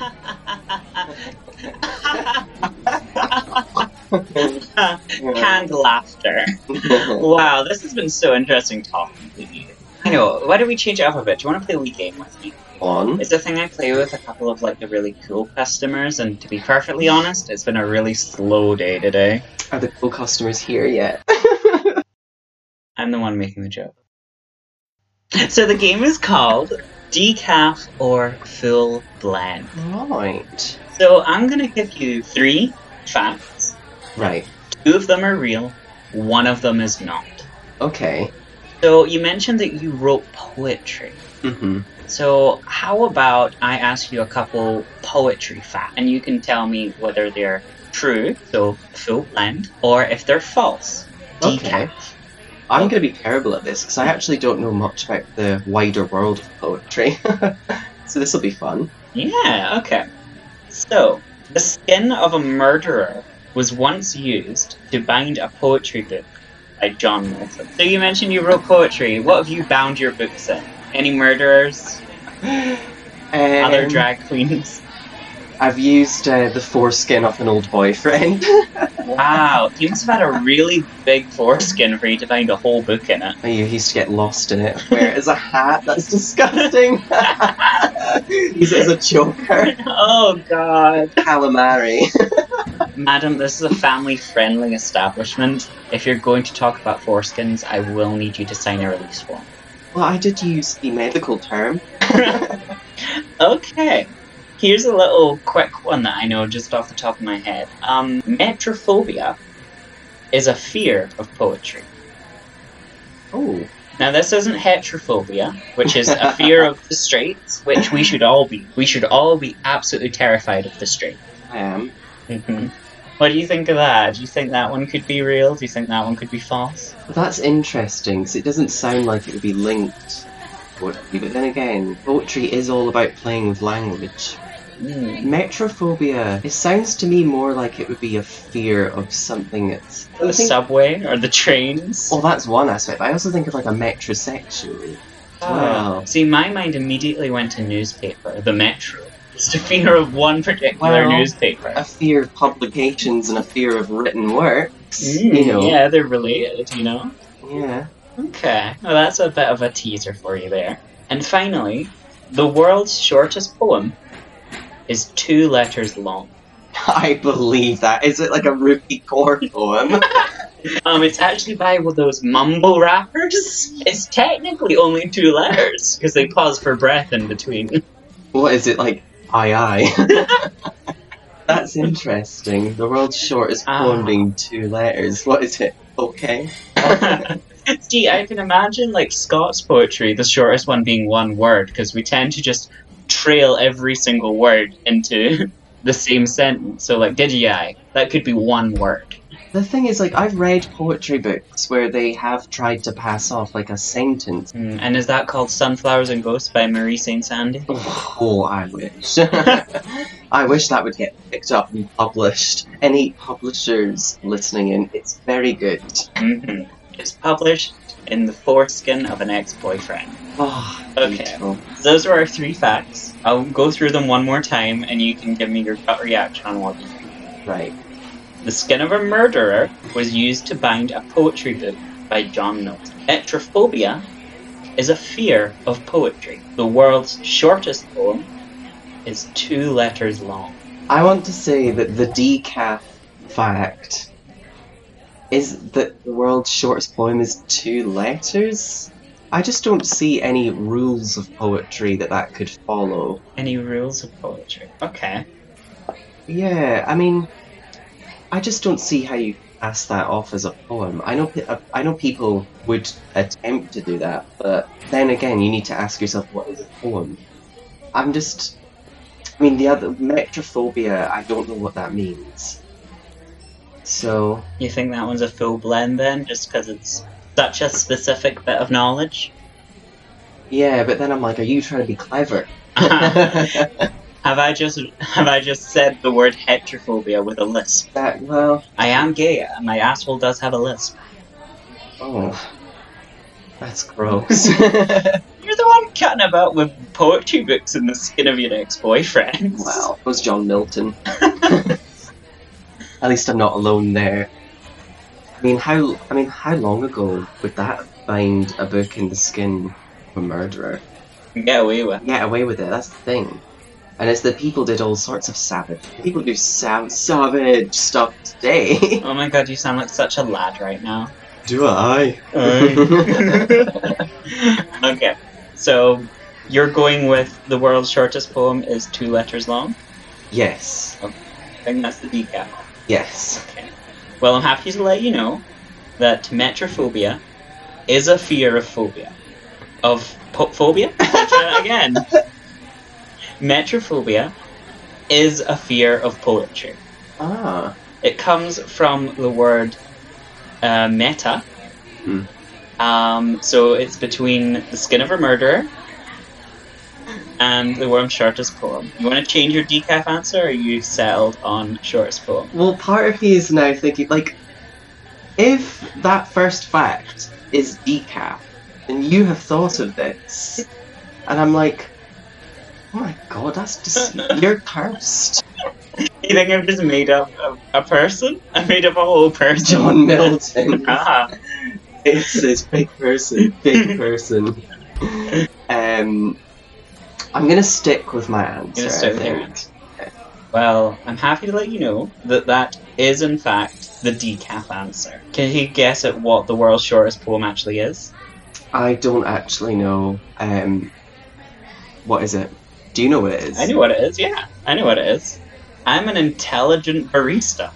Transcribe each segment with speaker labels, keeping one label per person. Speaker 1: Canned laughter. Wow, this has been so interesting talking to you. I know. Why don't we change up a bit? Do you want to play a wee game with me?
Speaker 2: On.
Speaker 1: It's a thing I play with a couple of like the really cool customers, and to be perfectly honest, it's been a really slow day today.
Speaker 3: Are the cool customers here yet?
Speaker 1: I'm the one making the joke. So the game is called Decaf or Full Blend.
Speaker 3: right.
Speaker 1: So I'm gonna give you three facts.
Speaker 3: Right.
Speaker 1: Two of them are real, one of them is not.
Speaker 3: Okay.
Speaker 1: So you mentioned that you wrote poetry.
Speaker 3: Mm-hmm.
Speaker 1: So how about I ask you a couple poetry facts, and you can tell me whether they're true, so full blend, or if they're false.
Speaker 3: Okay.
Speaker 1: Decaf.
Speaker 3: I'm going to be terrible at this because I actually don't know much about the wider world of poetry. so this will be fun.
Speaker 1: Yeah, okay. So, the skin of a murderer was once used to bind a poetry book by John Milton. So you mentioned you wrote poetry. What have you bound your books in? Any murderers? Other
Speaker 3: Um,
Speaker 1: drag queens?
Speaker 3: I've used uh, the foreskin of an old boyfriend.
Speaker 1: Wow, you must have had a really big foreskin for you to bind a whole book in it.
Speaker 3: I used to get lost in it. Where is a hat? That's disgusting. Use it as a choker.
Speaker 1: Oh god.
Speaker 3: Calamari.
Speaker 1: Madam, this is a family friendly establishment. If you're going to talk about foreskins, I will need you to sign a release form.
Speaker 3: Well, I did use the medical term.
Speaker 1: Okay. Here's a little quick one that I know just off the top of my head. Um, metrophobia is a fear of poetry.
Speaker 3: Oh.
Speaker 1: Now, this isn't heterophobia, which is a fear of the streets, which we should all be. We should all be absolutely terrified of the street.
Speaker 3: I am. Mm-hmm.
Speaker 1: hmm What do you think of that? Do you think that one could be real? Do you think that one could be false?
Speaker 3: Well, that's interesting, because it doesn't sound like it would be linked. Poetry. But then again, poetry is all about playing with language.
Speaker 1: Hmm.
Speaker 3: Metrophobia, it sounds to me more like it would be a fear of something that's. I
Speaker 1: The
Speaker 3: think-
Speaker 1: subway or the trains?
Speaker 3: Well, that's one aspect. I also think of like a metrosexual. wow.
Speaker 1: See, my mind immediately went to newspaper, the Metro. It's a fear of one particular
Speaker 3: Well, uh,
Speaker 1: newspaper.
Speaker 3: A fear of publications and a fear of written works.
Speaker 1: Mm,
Speaker 3: you know.
Speaker 1: Yeah, they're related, you know?
Speaker 3: Yeah.
Speaker 1: Okay, well, that's a bit of a teaser for you there. And finally, the world's shortest poem is two letters long.
Speaker 3: I believe that. Is it like a Ruby Core poem?
Speaker 1: Um, it's actually by one of those mumble rappers. It's technically only two letters, because they pause for breath in between.
Speaker 3: what is it like? Aye aye. That's interesting. The world's shortest poem
Speaker 1: Ah.
Speaker 3: being two letters. What is it? Okay.
Speaker 1: Gee, I can imagine like Scots poetry, the shortest one being one word, because we tend to just trail every single word into the same sentence. So like did I? That could be one word.
Speaker 3: The thing is, like, I've read poetry books where they have tried to pass off like a sentence.
Speaker 1: Mm, and is that called Sunflowers and Ghosts by Marie Saint Sandy?
Speaker 3: Oh, I wish. I wish that would get picked up and published. Any publishers listening in, it's very good.
Speaker 1: hmm It's published in the foreskin of an ex-boyfriend.
Speaker 3: Oh,
Speaker 1: Okay.
Speaker 3: beautiful.
Speaker 1: Those are our three facts. I'll go through them one more time, and you can give me your gut reaction on what you think.
Speaker 3: Right.
Speaker 1: The skin of a murderer was used to bind a poetry book by John Milton. Heterophobia is a fear of poetry. The world's shortest poem is two letters long.
Speaker 3: I want to say that the decaf fact is that the world's shortest poem is two letters. I just don't see any rules of poetry that that could follow.
Speaker 1: Any rules of poetry? Okay.
Speaker 3: Yeah, I mean, I just don't see how you pass that off as a poem. I know, pe- I know people would attempt to do that, but then again, you need to ask yourself, what is a poem? I'm just, I mean, the other metrophobia. I don't know what that means. So
Speaker 1: You think that one's a full blend then, just because it's such a specific bit of knowledge?
Speaker 3: yeah, but then I'm like, are you trying to be clever?
Speaker 1: have I just have I just said the word heterophobia with a lisp?
Speaker 3: that well,
Speaker 1: I am gay. My asshole does have a lisp.
Speaker 3: oh, that's gross.
Speaker 1: you're the one cutting about with poetry books and the skin of your ex-boyfriend.
Speaker 3: Well, it was John Milton. At least I'm not alone there. I mean, how I mean, how long ago would that find a book in the skin of a murderer?
Speaker 1: get away with.
Speaker 3: and Get away with it. That's the thing. And it's that people did all sorts of savage. People do sav- savage stuff today.
Speaker 1: Oh my god, you sound like such a lad right now.
Speaker 3: do I?
Speaker 1: okay, so you're going with the world's shortest poem is two letters long.
Speaker 3: Yes.
Speaker 1: I think that's the decal.
Speaker 3: Yes.
Speaker 1: Well, I'm happy to let you know that metrophobia is a fear of phobia. Of po- phobia? Let's try that again. Metrophobia is a fear of poetry.
Speaker 3: Ah.
Speaker 1: It comes from the word uh, meta.
Speaker 3: Hmm.
Speaker 1: Um, so it's between the skin of a murderer and the worm's shortest poem. You want to change your decaf answer, or are you settled on shortest poem?
Speaker 3: Well, part of me is now thinking, like, if that first fact is decaf, and you have thought of this, and I'm like, oh my god, that's just. you're cursed.
Speaker 1: You think I've just made up a, a person? I made up a whole person.
Speaker 3: John Milton.
Speaker 1: ah,
Speaker 3: It's this big person, big person. Um, I'm gonna stick with my answer.
Speaker 1: gonna stick
Speaker 3: I
Speaker 1: with your
Speaker 3: think.
Speaker 1: well, I'm happy to let you know that that is in fact the decaf answer. Can you guess at what the world's shortest poem actually is?
Speaker 3: I don't actually know. Um, what is it? Do you know what it is?
Speaker 1: I know what it is, yeah. I know what it is. I'm an intelligent barista.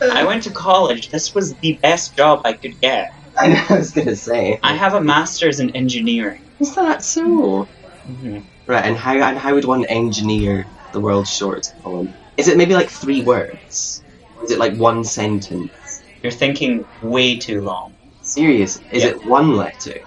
Speaker 1: I went to college. This was the best job I could get.
Speaker 3: I, know, I was gonna say.
Speaker 1: I have a master's in engineering.
Speaker 3: Is that so?
Speaker 1: Mhm.
Speaker 3: Right, and how and how would one engineer the world's shortest poem? Is it maybe like three words? Or is it like one sentence?
Speaker 1: You're thinking way too long.
Speaker 3: Serious? Is
Speaker 1: Yeah.
Speaker 3: it one letter?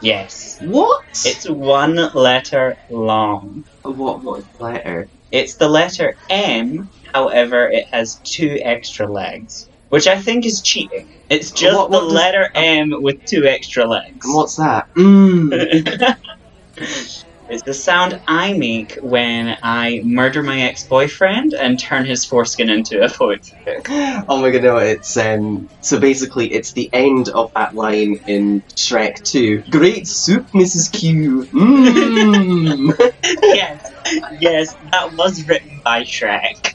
Speaker 1: Yes.
Speaker 3: What?
Speaker 1: It's one letter long.
Speaker 3: what what letter?
Speaker 1: It's the letter M, however, it has two extra legs, which I think is cheating. It's just
Speaker 3: What- what
Speaker 1: the
Speaker 3: does-
Speaker 1: letter M with two extra legs.
Speaker 3: And what's that? Mm.
Speaker 1: it's the sound I make when I murder my ex boyfriend and turn his foreskin into a poetry book.
Speaker 3: oh my god, no, it's um so basically it's the end of that line in Shrek 2. Great soup, Mrs. Q. Mmm.
Speaker 1: yes, yes, that was written by Shrek.